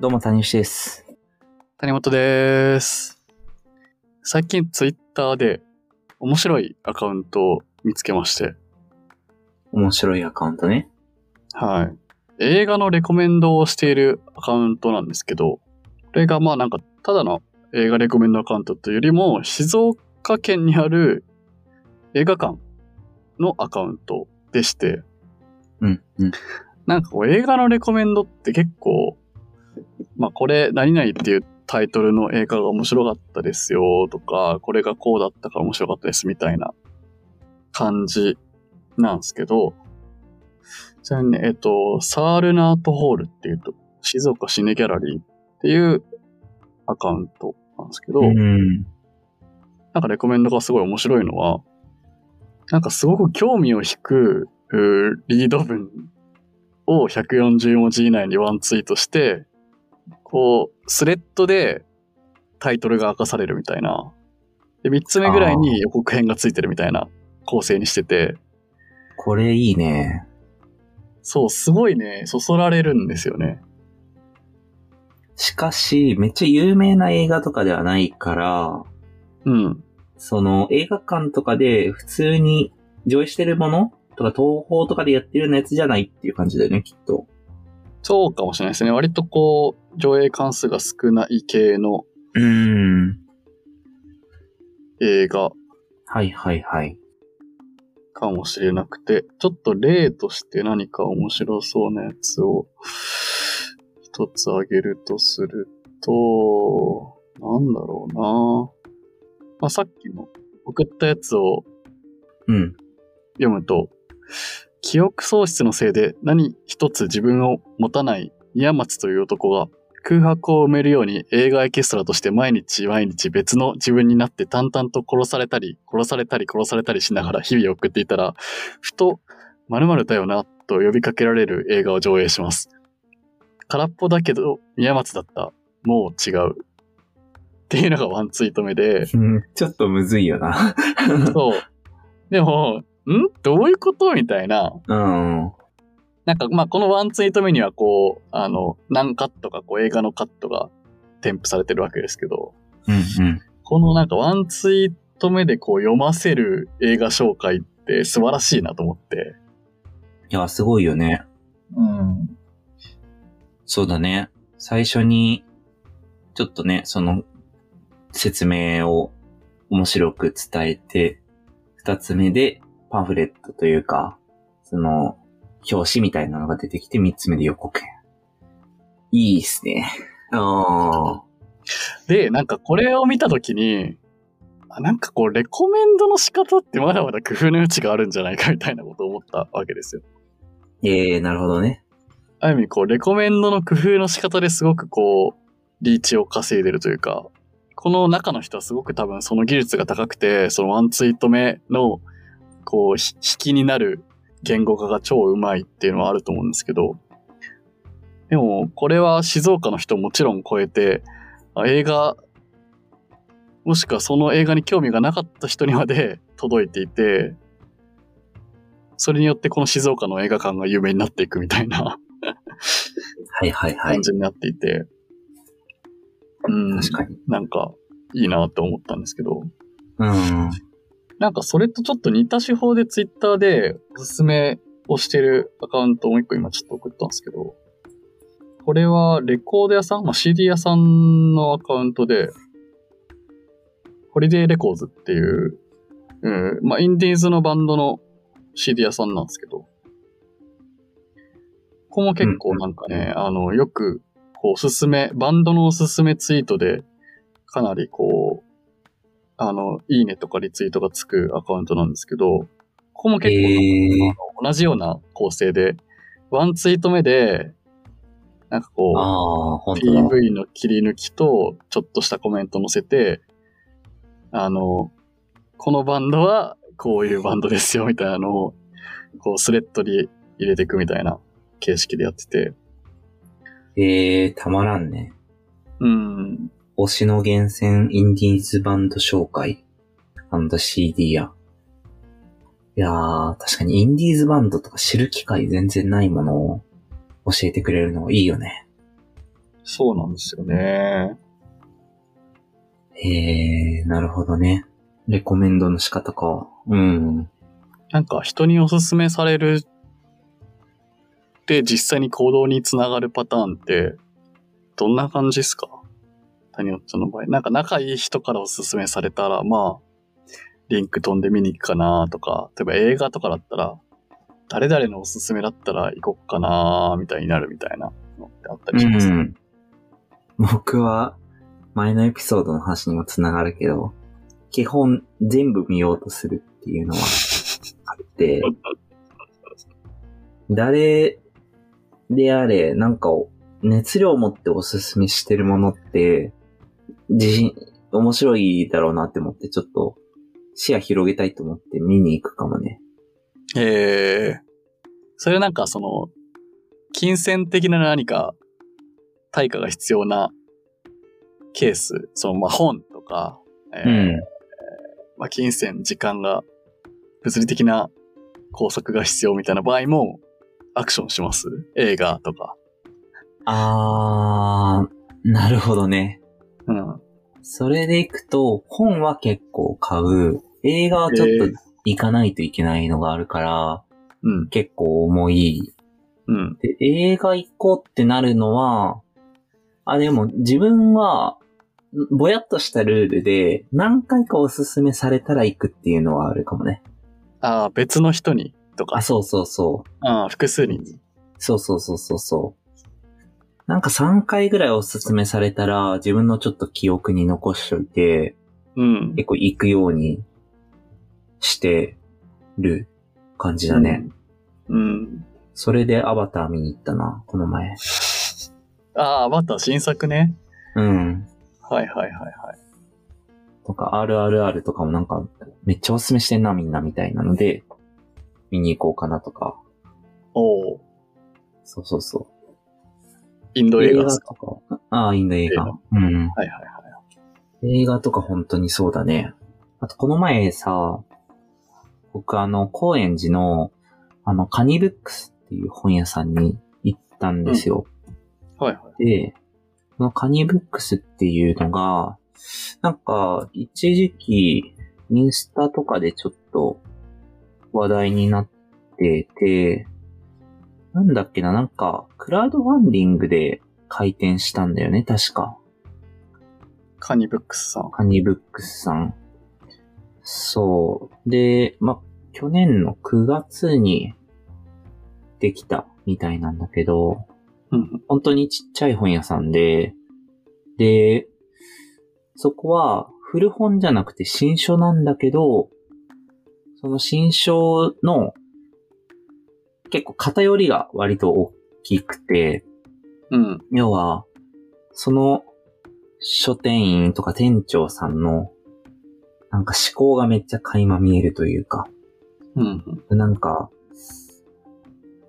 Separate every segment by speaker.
Speaker 1: どうも、谷口です。
Speaker 2: 谷本です。最近ツイッターで面白いアカウントを見つけまして、
Speaker 1: 面白いアカウントね。
Speaker 2: はい。映画のレコメンドをしているアカウントなんですけど、これがまあなんかただの映画レコメンドアカウントというよりも、静岡県にある映画館のアカウントでして、
Speaker 1: うん、うん。
Speaker 2: なんかこう映画のレコメンドって結構、まあこれ何々っていうタイトルの映画が面白かったですよとか、これがこうだったから面白かったですみたいな感じなんですけど、ちなみにね、えっと、サールナートホールっていうと、静岡シネギャラリーっていうアカウントなんですけど、
Speaker 1: ん。
Speaker 2: なんかレコメンドがすごい面白いのは、なんかすごく興味を引くうーリード文を140文字以内にワンツイートして、こう、スレッドでタイトルが明かされるみたいな。で、3つ目ぐらいに予告編がついてるみたいな構成にしてて、
Speaker 1: これいいね。
Speaker 2: そう、すごいね、そそられるんですよね。
Speaker 1: しかし、めっちゃ有名な映画とかではないから、
Speaker 2: うん。
Speaker 1: その映画館とかで普通に上映してるものとか、東宝とかでやってるようなやつじゃないっていう感じだよね、きっと。
Speaker 2: そうかもしれないですね。割とこう、上映関数が少ない系の
Speaker 1: うん。
Speaker 2: 映画
Speaker 1: はいはいはい。
Speaker 2: かもしれなくて、ちょっと例として何か面白そうなやつを一つ挙げるとすると、なんだろうなまあ、さっきの送ったやつを
Speaker 1: うん。
Speaker 2: 読むと、記憶喪失のせいで何一つ自分を持たない宮松という男が空白を埋めるように映画エキストラとして毎日毎日別の自分になって淡々と殺されたり、殺されたり殺されたりしながら日々を送っていたら、ふと〇〇だよなと呼びかけられる映画を上映します。空っぽだけど宮松だった。もう違う。っていうのがワンツイート目で、
Speaker 1: ちょっとむずいよ な。
Speaker 2: そう。でも、んどういうことみたいな。
Speaker 1: うん。
Speaker 2: なんか、まあ、このワンツイート目には、こう、あの、何カットか、こう、映画のカットが添付されてるわけですけど、
Speaker 1: うんうん。
Speaker 2: このなんか、ワンツイート目で、こう、読ませる映画紹介って素晴らしいなと思って。
Speaker 1: いや、すごいよね。
Speaker 2: うん。
Speaker 1: そうだね。最初に、ちょっとね、その、説明を面白く伝えて、二つ目でパンフレットというか、その、表紙みたいなのが出てきて、三つ目で予告編。いいっすね。ああ。
Speaker 2: で、なんか、これを見たときに、あなんかこう、レコメンドの仕方ってまだまだ工夫の余地があるんじゃないかみたいなことを思ったわけですよ
Speaker 1: ええー、なるほどね。
Speaker 2: ある意味こう、レコメンドの工夫の仕方ですごくこう、リーチを稼いでるというか、この中の人はすごく多分その技術が高くて、そのワンツイート目の、こう、ひ引きになる言語化が超うまいっていうのはあると思うんですけど、でも、これは静岡の人をもちろん超えて、あ映画、もしくはその映画に興味がなかった人にまで 届いていて、それによってこの静岡の映画館が有名になっていくみたいな。
Speaker 1: はいはいはい
Speaker 2: 感。じになっていて、うん、
Speaker 1: 確かに。
Speaker 2: なんかいいなと思ったんですけ
Speaker 1: う
Speaker 2: ど、
Speaker 1: ん。
Speaker 2: なんかそれとちょっと似た手法でツイッターでおすすめをしてるアカウントをもう一個今ちょっと送ったんですけど、これはレコード屋さん、まあ、CD 屋さんのアカウントで、ホリデーレコーズっていう、うん、まあ、インディーズのバンドの CD 屋さんなんですけど、ここも結構なんかね、あの、よく、こう、おすすめ、バンドのおすすめツイートで、かなりこう、あの、いいねとかリツイートがつくアカウントなんですけど、ここも
Speaker 1: え
Speaker 2: 結構、
Speaker 1: えー。
Speaker 2: 同じような構成で、ワンツイート目で、なんかこ
Speaker 1: ああ、
Speaker 2: う、
Speaker 1: 本当だ。
Speaker 2: PV の切り抜きと、ちょっとしたコメント載せて、あの、このバンドはこういうバンドですよ、みたいなのを、こう、スレッドに入れていくみたいな形式でやってて、
Speaker 1: ええー、たまらんね。
Speaker 2: うん、
Speaker 1: 推しの厳選インディーズバンド紹介 &CD や。いやー、確かにインディーズバンドとか知る機会全然ないものを教えてくれるのいいよね。
Speaker 2: そうなんですよね。
Speaker 1: えー、なるほどね。レコメンドの仕方か。うん。
Speaker 2: なんか人におすすめされるで実際に行動につながるパターンってどんな感じですか谷本さんの場合。なんか仲いい人からおすすめされたら、まあ、リンク飛んで見に行くかなとか、例えば映画とかだったら、誰々のおすすめだったら行こっかなみたいになるみたいなのってあったりします、
Speaker 1: うん。僕は、前のエピソードの話にもつながるけど、基本全部見ようとするっていうのはあ って、誰であれ、なんかを熱量を持っておすすめしてるものって、自信、面白いだろうなって思って、ちょっと視野広げたいと思って見に行くかもね。
Speaker 2: ええそれはなんかその、金銭的な何か、対価が必要なケース、そのまあ本とか、えー
Speaker 1: うん。
Speaker 2: まあ金銭、時間が、物理的な拘束が必要みたいな場合も、アクションします映画とか。
Speaker 1: あー、なるほどね。
Speaker 2: うん。
Speaker 1: それで行くと、本は結構買う。映画はちょっと行かないといけないのがあるから、
Speaker 2: うん。
Speaker 1: 結構重い。
Speaker 2: うん。
Speaker 1: で、映画行こうってなるのは、あ、でも自分は、んぼやっとしたルールで、何回かおすすめされたら行くっていうのはあるかもね。
Speaker 2: ああ、別の人にと
Speaker 1: あ、
Speaker 2: か。
Speaker 1: そうそうそう。
Speaker 2: ああ、複数人に。
Speaker 1: そうそうそうそうそう。なんか3回ぐらいおすすめされたら、自分のちょっと記憶に残しといて、
Speaker 2: うん。
Speaker 1: 結構行くようにしてる感じだね。
Speaker 2: うん。
Speaker 1: それでアバター見に行ったな、この前。
Speaker 2: ああ、また新作ね。
Speaker 1: うん。
Speaker 2: はいはいはいはい。
Speaker 1: とか、RRR とかもなんか、めっちゃおすすめしてんな、みんな、みたいなので、見に行こうかなとか。
Speaker 2: おお
Speaker 1: そうそうそう。
Speaker 2: インド映画ですか
Speaker 1: とか。ああ、インド映
Speaker 2: 映
Speaker 1: 画。うん。
Speaker 2: はいはいはい。
Speaker 1: 映画とか本当にそうだね。あと、この前さ、僕あの、高円寺の、あの、カニブックスっていう本屋さんに行ったんですよ。
Speaker 2: はいはい。
Speaker 1: で、このカニブックスっていうのが、なんか、一時期、インスタとかでちょっと話題になってて、なんだっけな、なんか、クラウドファンディングで開店したんだよね、確か。
Speaker 2: カニブックスさん。
Speaker 1: カニブックスさん。そう。で、ま、去年の9月にできたみたいなんだけど、
Speaker 2: うん。
Speaker 1: 本当にちっちゃい本屋さんで、で、そこは古本じゃなくて新書なんだけど、その新書の結構偏りが割と大きくて、
Speaker 2: うん。
Speaker 1: 要は、その書店員とか店長さんのなんか思考がめっちゃ垣間見えるというか、
Speaker 2: うん。
Speaker 1: なんか、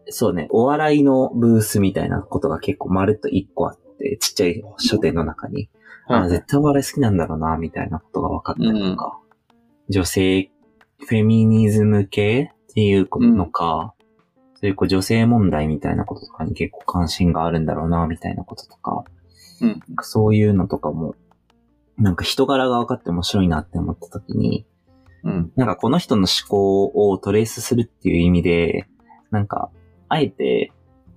Speaker 1: そうね、お笑いのブースみたいなことが結構まるっと一個あって、ちっちゃい書店の中に、あ、絶対お笑い好きなんだろうな、みたいなことが分かったりとか、女性、フェミニズム系っていうのか、そういうこう女性問題みたいなこととかに結構関心があるんだろうな、みたいなこととか、
Speaker 2: うん。
Speaker 1: そういうのとかも、なんか人柄が分かって面白いなって思った時に、
Speaker 2: うん。
Speaker 1: なんかこの人の思考をトレースするっていう意味で、なんか、あえて、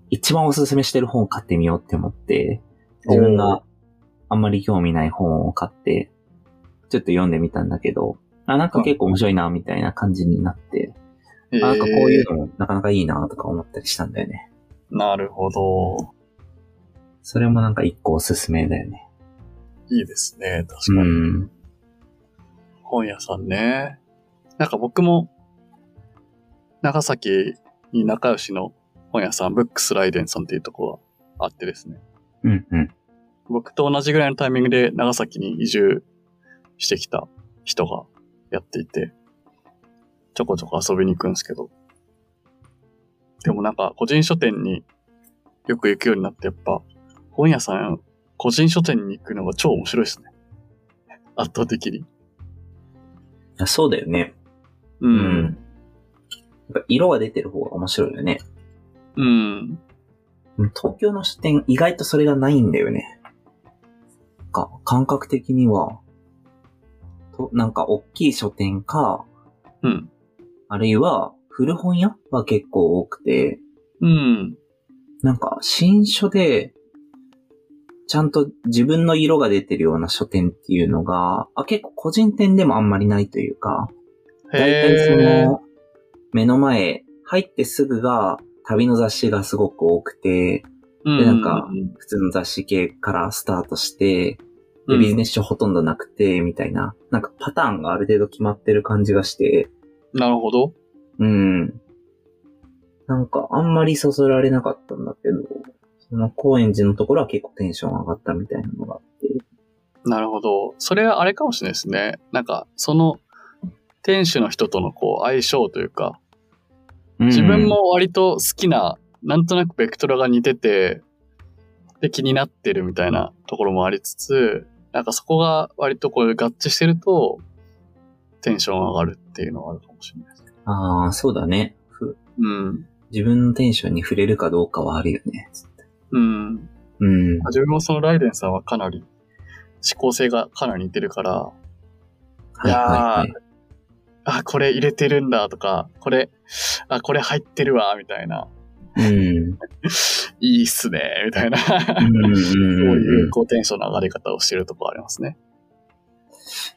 Speaker 1: 一番おすすめしてる本を買ってみようって思って、自分
Speaker 2: お
Speaker 1: があんまり興味ない本を買って、ちょっと読んでみたんだけど、あ、なんか結構面白いな、みたいな感じになって、
Speaker 2: えー
Speaker 1: あなんかこういうのもなかなかいいな、とか思ったりしたんだよね。
Speaker 2: なるほど。
Speaker 1: それもなんか一個おすすめだよね。
Speaker 2: いいですね。確か
Speaker 1: う
Speaker 2: に。
Speaker 1: ん。
Speaker 2: 本屋さんね。なんか僕も、長崎に仲良しの本屋さん、ブックスライデンさんっていうとこがあってですね。
Speaker 1: うん、うん。
Speaker 2: 僕と同じぐらいのタイミングで長崎に移住してきた人がやっていて、ちょこちょこ遊びに行くんですけど。でもなんか個人書店によく行くようになってやっぱ本屋さん、個人書店に行くのが超面白いですね。 圧倒的に。
Speaker 1: いやそうだよね。
Speaker 2: う。
Speaker 1: うんやっぱ色が出てる方が面白いよね。
Speaker 2: うん。
Speaker 1: 東京の書店意外とそれがないんだよね。か、感覚的には、と、なんか大きい書店か、
Speaker 2: うん。
Speaker 1: あるいは古本屋は結構多くて、
Speaker 2: うん。
Speaker 1: なんか新書で、ちゃんと自分の色が出てるような書店っていうのが、あ結構個人店でもあんまりないというか、
Speaker 2: へ
Speaker 1: 大体そ
Speaker 2: え。
Speaker 1: の、目の前、入ってすぐが、旅の雑誌がすごく多くて、
Speaker 2: う
Speaker 1: でなんか
Speaker 2: うん
Speaker 1: 普通の雑誌系からスタートして、
Speaker 2: う
Speaker 1: で、
Speaker 2: ん
Speaker 1: ビジネス書ほとんどなくて、みたいな、なんかパターンがある程度決まってる感じがして、
Speaker 2: なるほど。
Speaker 1: うん。なんか、あんまりそそられなかったんだけど、その高円寺のところは結構テンション上がったみたいなのがあって。
Speaker 2: なるほど。それはあれかもしれないですね。なんか、その、店主の人とのこう相性というか、自分も割と好きな、なんとなくベクトルが似てて、で、気になってるみたいなところもありつつ、なんかそこが割とこう合致してると、テンション上がるっていうのはあるかもしれないです。
Speaker 1: うん。ああ、そうだね。ふ
Speaker 2: うん。
Speaker 1: 自分のテンションに触れるかどうかはあるよね。
Speaker 2: うん。
Speaker 1: うん。
Speaker 2: 自分もそのライデンさんはかなり、思考性がかなり似てるから、
Speaker 1: はいはいはい。
Speaker 2: あ、これ入れてるんだとか、これ、あ、これ入ってるわ、みたいな、
Speaker 1: うん。
Speaker 2: いいっすね、みたいな、
Speaker 1: う
Speaker 2: そ
Speaker 1: んうんう
Speaker 2: う
Speaker 1: ん
Speaker 2: い
Speaker 1: うん
Speaker 2: う、こう、テンションの上がり方をしてるとこありますね。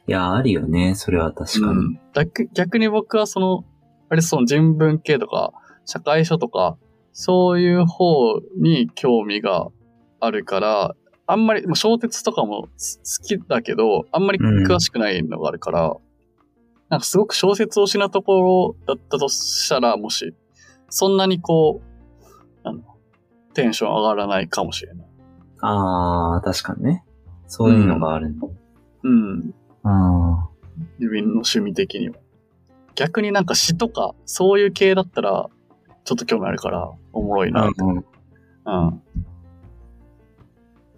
Speaker 1: いや、あるよね。それは確かに。
Speaker 2: うんだ逆逆に僕はその、あれ、その人文系とか、社会書とか、そういう方に興味があるから、あんまり、まあ小説とかもす好きだけど、あんまり詳しくないのがあるから、なんかすごく小説推しなところだったとしたら、もし、そんなにこう、あの、テンション上がらないかもしれない。
Speaker 1: ああ、確かにね。そういうのがあるんだ。
Speaker 2: うん。
Speaker 1: あ
Speaker 2: 自分の趣味的には。逆になんか詩とか、そういう系だったら、ちょっと興味あるから、おもろい
Speaker 1: あ
Speaker 2: な。
Speaker 1: うんうん
Speaker 2: うん。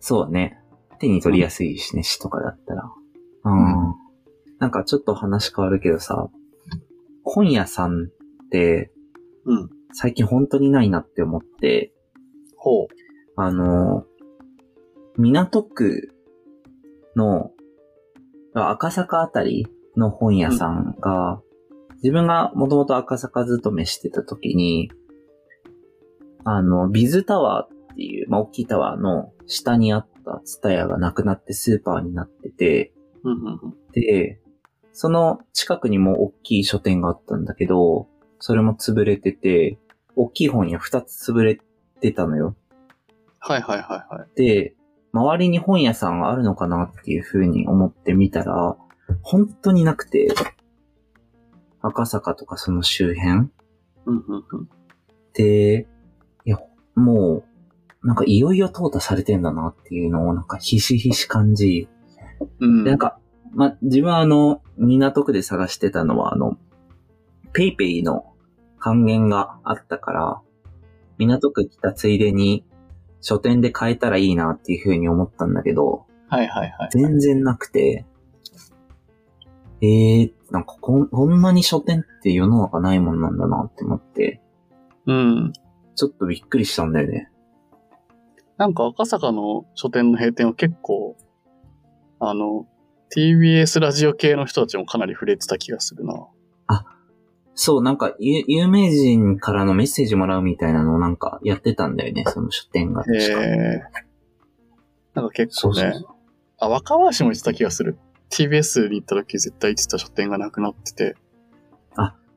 Speaker 1: そうだね。手に取りやすいしね、詩とかだったら。うん。なんかちょっと話変わるけどさ、本屋さんって
Speaker 2: うん。
Speaker 1: 最近本当にないなって思って、
Speaker 2: ほう。
Speaker 1: あの、港区の赤坂あたりの本屋さんが、自分がもともと赤坂勤めしてた時に、あの、ビズタワーっていう、まあ、大きいタワーの下にあったツタヤがなくなってスーパーになってて、
Speaker 2: うんうんうん。
Speaker 1: で、その近くにも大きい書店があったんだけど、それも潰れてて、大きい本屋2つ潰れてたのよ。
Speaker 2: はいはいはいはい。
Speaker 1: で、周りに本屋さんがあるのかなっていう風に思ってみたら、本当になくて、赤坂とかその周辺
Speaker 2: うんうんうん。
Speaker 1: で、いや、もう、なんかいよいよ淘汰されてんだなっていうのをなんかひしひし感じ、
Speaker 2: うん。
Speaker 1: でなんか、ま、自分はあの、港区で探してたのはあの、ペイペイの還元があったから、港区来たついでに書店で買えたらいいなっていう風に思ったんだけど、
Speaker 2: はいはいはい。
Speaker 1: 全然なくて、えー、なんかこんこんなに書店って世の中ないもんなんだなって思って、
Speaker 2: うん。
Speaker 1: ちょっとびっくりしたんだよね。
Speaker 2: なんか赤坂の書店の閉店は結構、あの、TBS ラジオ系の人たちもかなり触れてた気がするな。
Speaker 1: そう、なんかゆ有名人からのメッセージもらうみたいなのをなんかやってたんだよね、その書店が
Speaker 2: へ
Speaker 1: 確か。
Speaker 2: え。なんか結
Speaker 1: そ
Speaker 2: 構
Speaker 1: う
Speaker 2: ね。
Speaker 1: そうそう。
Speaker 2: あ、若林も言ってた気がする。TBS に行った時絶対行ってた書店がなくなってて、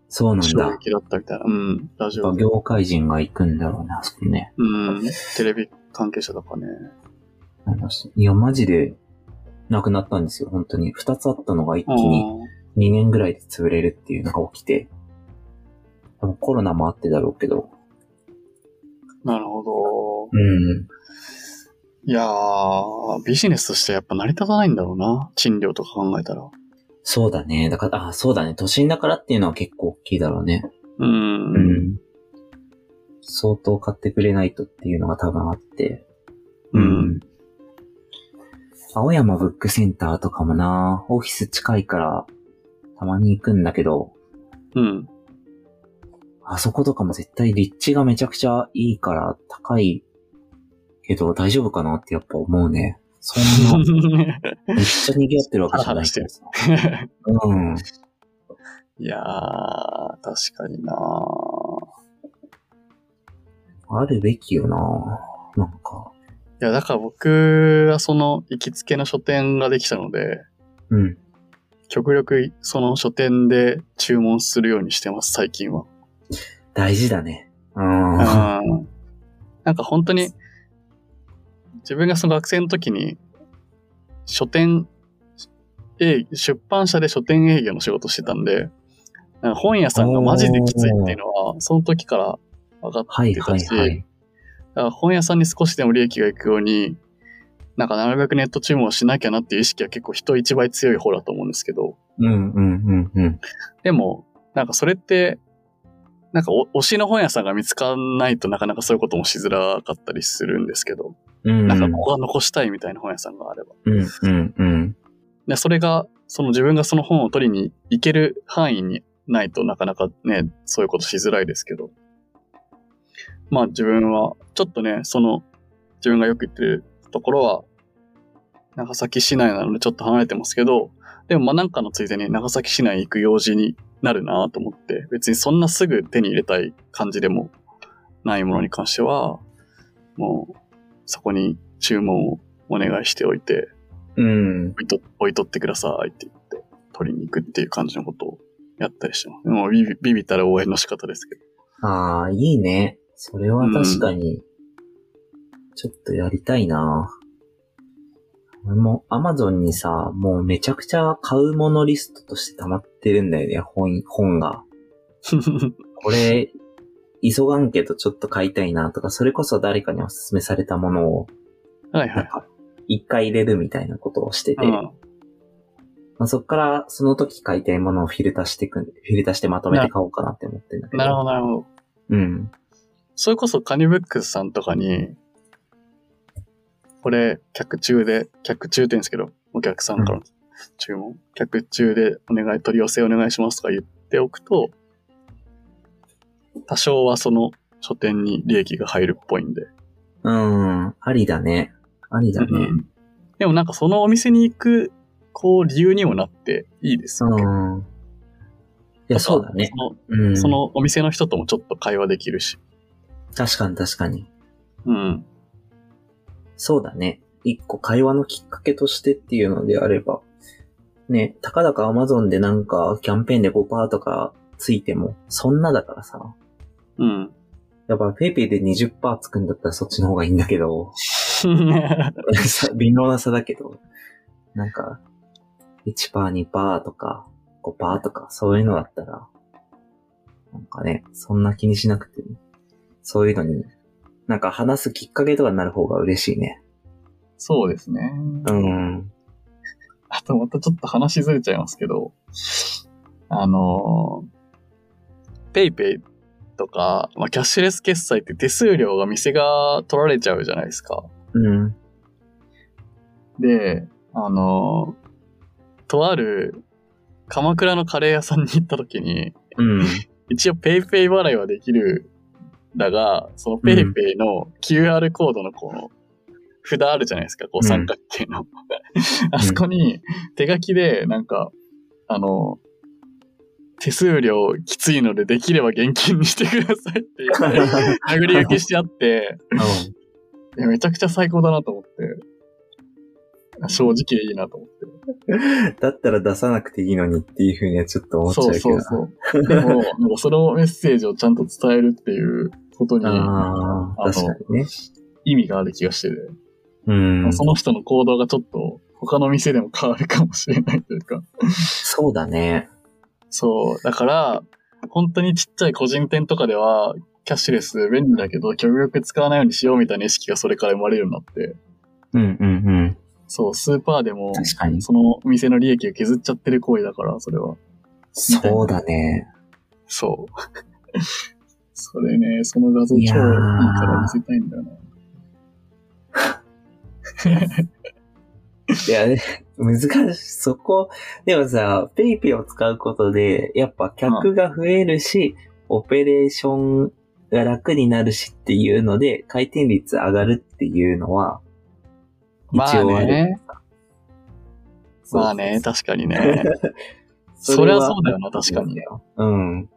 Speaker 1: そうなんだ。
Speaker 2: 衝
Speaker 1: やっ
Speaker 2: 撃だったみたいな。うん、ラジオ
Speaker 1: ぱ
Speaker 2: で。
Speaker 1: 業界人が行くんだろうね、あそこね。
Speaker 2: うん、テレビ関係者とかね。
Speaker 1: あのいや、マジで、なくなったんですよ、本当に。二つあったのが一気
Speaker 2: う
Speaker 1: に
Speaker 2: ん。
Speaker 1: 2年ぐらいで潰れるっていうのが起きて、多分コロナもあってだろうけど、
Speaker 2: なるほど。
Speaker 1: うん。
Speaker 2: いやー、ビジネスとしてやっぱ成り立たないんだろうな。賃料とか考えたら。
Speaker 1: そうだね。だから、あ、そうだね。都心だからっていうのは結構大きいだろうね。
Speaker 2: うん。
Speaker 1: ん。相当買ってくれないとっていうのが多分あって。
Speaker 2: うん。。
Speaker 1: 青山ブックセンターとかもな、オフィス近いから、たまに行くんだけど、
Speaker 2: うん。
Speaker 1: あそことかも絶対立地がめちゃくちゃいいから高いけど大丈夫かなってやっぱ思うね。そ んな、めっちゃ賑わってるわけじゃないけどさ。うん。
Speaker 2: いやー、確かにな
Speaker 1: あるべきよななんか。
Speaker 2: いや、だから僕はその行きつけの書店ができたので、
Speaker 1: うん。
Speaker 2: 極力その書店で注文するようにしてます、最近は。
Speaker 1: 大事だね。うん。うん。
Speaker 2: うんなんか本当に、自分がその学生の時に、書店、営出版社で書店営業の仕事してたんで、なんか本屋さんがマジできついっていうのは、その時から分か
Speaker 1: は
Speaker 2: っ
Speaker 1: い
Speaker 2: て
Speaker 1: は
Speaker 2: た
Speaker 1: い
Speaker 2: し、
Speaker 1: はい。
Speaker 2: だから本屋さんに少しでも利益がいくように、なんかなるべくネット注文をしなきゃなっていう意識は結構人一倍強い方だと思うんですけど、
Speaker 1: うんうんうんうん。
Speaker 2: でも、なんかそれって、なんかお推しの本屋さんが見つかんないとなかなかそういうこともしづらかったりするんですけど、
Speaker 1: うん。
Speaker 2: なんかここは残したいみたいな本屋さんがあれば。
Speaker 1: うんうんうん。
Speaker 2: で、それが、その自分がその本を取りに行ける範囲にないとなかなかね、そういうことしづらいですけど。まあ自分は、ちょっとね、その、自分がよく行ってるところは、長崎市内なのでちょっと離れてますけど、でもまあなんかのついでに長崎市内行く用事になるなと思って、別にそんなすぐ手に入れたい感じでもないものに関しては、もうそこに注文をお願いしておいて、
Speaker 1: うん。
Speaker 2: 置いと置いとってくださいって言って、取りに行くっていう感じのことをやったりしてます。もうビビビビったら応援の仕方ですけど。
Speaker 1: ああ、いいね。それは確かに、ちょっとやりたいな。俺も Amazon にさ、もうめちゃくちゃ買うものリストとして溜まってるんだよね、本、本が。これ、急がんけどちょっと買いたいなとか、それこそ誰かにお勧めされたものを、
Speaker 2: はいは
Speaker 1: なん
Speaker 2: い。
Speaker 1: か、一回入れるみたいなことをしてて、
Speaker 2: うん
Speaker 1: まあ、そっからその時買いたいものをフィルターしてくん、フィルターしてまとめて買おうかなって思ってんだけど。
Speaker 2: なるほどなるほど。
Speaker 1: うん。
Speaker 2: それこそカニブックスさんとかに、これ、客中で、客中って言うんですけど、お客さんからの注文、客中でお願い、取り寄せお願いしますとか言っておくと、多少はその書店に利益が入るっぽいんで。
Speaker 1: うん、ありだね。ありだね。
Speaker 2: うんでもなんかそのお店に行く、こう理由にもなっていいですよね。
Speaker 1: うん。いや、そうだね。
Speaker 2: そ
Speaker 1: うん。
Speaker 2: の。そのお店の人ともちょっと会話できるし。
Speaker 1: 確かに確かに。
Speaker 2: うん。
Speaker 1: そうだね。一個会話のきっかけとしてっていうのであれば、ね、たかだか Amazon でなんかキャンペーンで5%とかついても、そんなだからさ。
Speaker 2: うん。
Speaker 1: やっぱ PayPay で20%つくんだったらそっちの方がいいんだけど、 さ微妙な差だけど、なんか、1%、2%とか、5%とか、そういうのだったら、なんかね、そんな気にしなくても、そういうのに、なんか話すきっかけとかになる方が嬉しいね。
Speaker 2: そうですね。
Speaker 1: うん。
Speaker 2: あとまたちょっと話ずれちゃいますけど、あのー、ペイペイとか、まあ、キャッシュレス決済って手数料が店が取られちゃうじゃないですか。
Speaker 1: うん。
Speaker 2: で、あのー、とある鎌倉のカレー屋さんに行った時に、
Speaker 1: うん。
Speaker 2: 一応ペイペイ払いはできるんだが、そのペイペイの QR コードのこの札あるじゃないですか、こう
Speaker 1: うん
Speaker 2: 三角形の。あそこに手書きでなんか、あの、手数料きついのでできれば現金にしてくださいっていう ので殴り受けしてあって、いやめちゃくちゃ最高だなと思って、正直でいいなと思って。
Speaker 1: だったら出さなくていいのにっていうふうにはちょっと思っちゃう
Speaker 2: そう
Speaker 1: けど。
Speaker 2: そうそう。で も、なんかそのメッセージをちゃんと伝えるっていうことに、
Speaker 1: ああ、
Speaker 2: あの
Speaker 1: 確かにね。
Speaker 2: 意味がある気がしてて、
Speaker 1: うん。
Speaker 2: その人の行動がちょっと他の店でも変わるかもしれないというか。
Speaker 1: そうだね。
Speaker 2: そう。だから、本当にちっちゃい個人店とかでは、キャッシュレス便利だけど、極力使わないようにしようみたいな意識がそれから生まれるようになって、
Speaker 1: うんうん
Speaker 2: そう、スーパーで
Speaker 1: う
Speaker 2: も
Speaker 1: ん。、確かに。
Speaker 2: そのお店の利益を削っちゃってる行為だから、それは。
Speaker 1: そうだね。
Speaker 2: そう。 それね、その画像超
Speaker 1: い
Speaker 2: いい
Speaker 1: や
Speaker 2: か
Speaker 1: ー
Speaker 2: ら見せたいんだよな。
Speaker 1: いや、難しい。そこ、でもさ、ペイペイを使うことで、やっぱ客が増えるし、オペレーションが楽になるしっていうので、回転率上がるっていうのは、
Speaker 2: まあ
Speaker 1: 一応ある。
Speaker 2: ね。
Speaker 1: そうそうそう
Speaker 2: まあね、確かにね。そ
Speaker 1: そ
Speaker 2: り
Speaker 1: れ
Speaker 2: ゃ
Speaker 1: は
Speaker 2: そうだよな、確かに。。
Speaker 1: うん。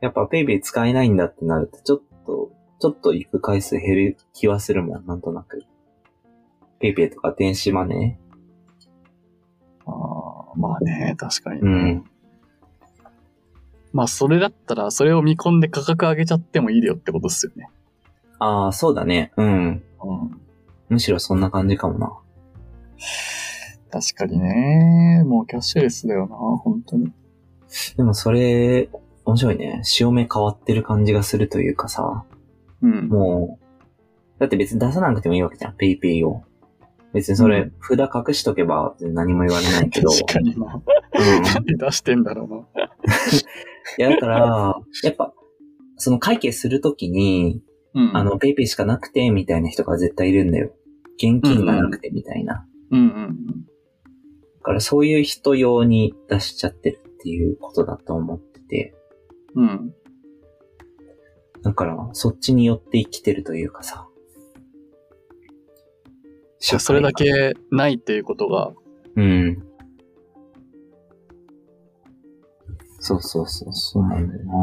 Speaker 1: やっぱペイペイ使えないんだってなると、ちょっと、ちょっと行く回数減る気はするもん、なんとなく。ペイペイとか電子マネ
Speaker 2: あーまあね、確かに、
Speaker 1: ーうん。
Speaker 2: まあ、それだったら、それを見込んで価格上げちゃってもいいよってことですよね。
Speaker 1: ああ、そうだね。うん。
Speaker 2: うん。
Speaker 1: むしろそんな感じかもな。
Speaker 2: 確かにね。もうキャッシュレスだよな、本当に。
Speaker 1: でもそれ、面白いね。潮目変わってる感じがするというかさ。
Speaker 2: うん。
Speaker 1: もう、だって別に出さなくてもいいわけじゃん、ペイペイを。別にそれ、
Speaker 2: う
Speaker 1: 札隠しとけば別に何も言われないけど。
Speaker 2: 確かにな。
Speaker 1: うん
Speaker 2: なんで出してんだろうな。
Speaker 1: いや、だから、やっぱ、その会計するときに、
Speaker 2: うん。
Speaker 1: あ、の、ペイペイしかなくて、みたいな人が絶対いるんだよ。現金がなくて、みたいな。
Speaker 2: うんうんうん。
Speaker 1: だからそういう人用に出しちゃってるっていうことだと思ってて。
Speaker 2: うん。
Speaker 1: だから、そっちによって生きてるというかさ。
Speaker 2: じゃあそれだ。けないっていうことが、
Speaker 1: うん。そうそうそう、そうなんだよな。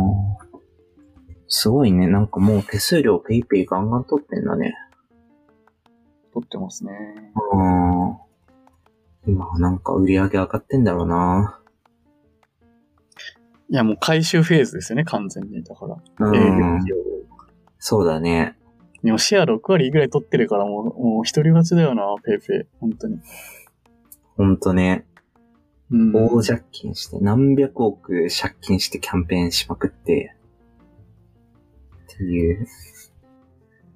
Speaker 1: すごいね、なんかもう手数料ペイペイガンガン取ってんだね。
Speaker 2: 取ってますね。
Speaker 1: うん。今、なんか売り上げ上がってんだろうな。
Speaker 2: いや、もう回収フェーズですよね、完全に。だから。
Speaker 1: うん
Speaker 2: 営業費用。
Speaker 1: そうだね。
Speaker 2: でもシェア6割ぐらい取ってるから、もう、もう一人勝ちだよな、ペイペイ。本当に。
Speaker 1: ほんとね。
Speaker 2: うん。
Speaker 1: 大借金して、何百億借金してキャンペーンしまくって。っていう。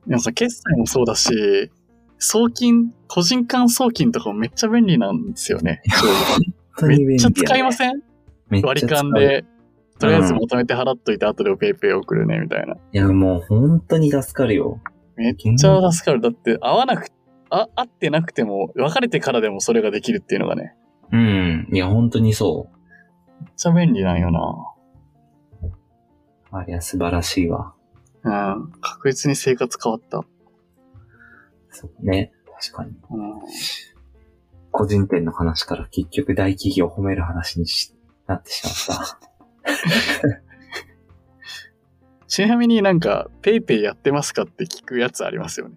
Speaker 2: なんか決済もそうだし、送金、個人間送金とかもめっちゃ便利なんですよね。
Speaker 1: 本当に便利、
Speaker 2: めっちゃ使いません、
Speaker 1: めっちゃ
Speaker 2: 割り
Speaker 1: 使う
Speaker 2: 勘。で、とりあえずまとめて払っといて、後でペイペイ送るね、みたいな。
Speaker 1: いや、もう本当に助かるよ。
Speaker 2: めっちゃ助かる。だって、会わなく、あ、会ってなくても、別れてからでもそれができるっていうのがね、
Speaker 1: うん。いや、本当にそ
Speaker 2: めっちゃ便利なんよな。
Speaker 1: う。あれは素晴らしいわ。
Speaker 2: うん。確実に生活変わった。
Speaker 1: そうね。確かに。
Speaker 2: うん。
Speaker 1: 個人店の話から結局大企業褒める話にしなってしまった。
Speaker 2: ちなみになんか、ペイペイやってますかって聞くやつありますよね。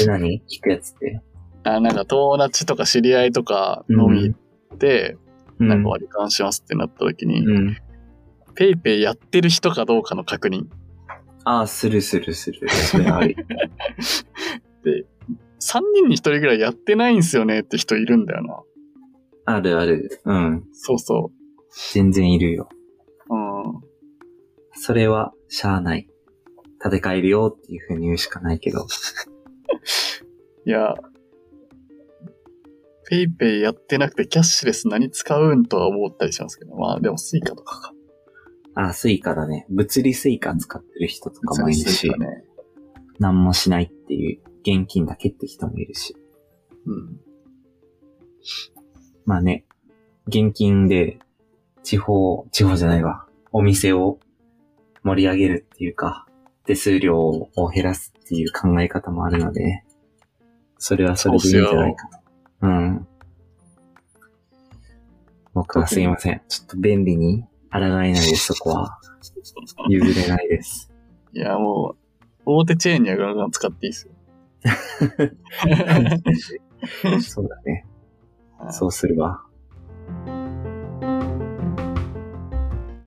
Speaker 1: え、何聞くやつって。
Speaker 2: あ、なんか友達とか知り合いとか飲み行って、
Speaker 1: うん
Speaker 2: なんか割り勘しますってなった時に、
Speaker 1: うん。
Speaker 2: ペイペイやってる人かどうかの確認。
Speaker 1: ああ、するするする。それあり。
Speaker 2: 3人に1人ぐらいやってないんすよねって人いるんだよな。
Speaker 1: あるある。うん。
Speaker 2: そうそ
Speaker 1: 全然いるよ。
Speaker 2: う。うん。
Speaker 1: それは、しゃあない。立て替えるよっていうふうに言うしかないけど。
Speaker 2: いや、ペイペイやってなくてキャッシュレス何使うんとは思ったりしますけど、まあでもスイカとかか。
Speaker 1: ああ、スイカだね。物理スイカ使ってる人とかもいる
Speaker 2: ス
Speaker 1: し
Speaker 2: イ、カね。
Speaker 1: 何もしないっていう、現金だけって人もいるし。
Speaker 2: うん。
Speaker 1: まあね、現金で、地方、地方じゃないわ。お店を盛り上げるっていうか、手数料を減らすっていう考え方もあるので、それはそれでいいんじゃないかと。うん。僕はすいません。ちょっと便利に抗えないです、そこは。譲れないです。
Speaker 2: いや、もう、大手チェーンにはガンガン使っていいっすよ。
Speaker 1: そうだね。そうするわ。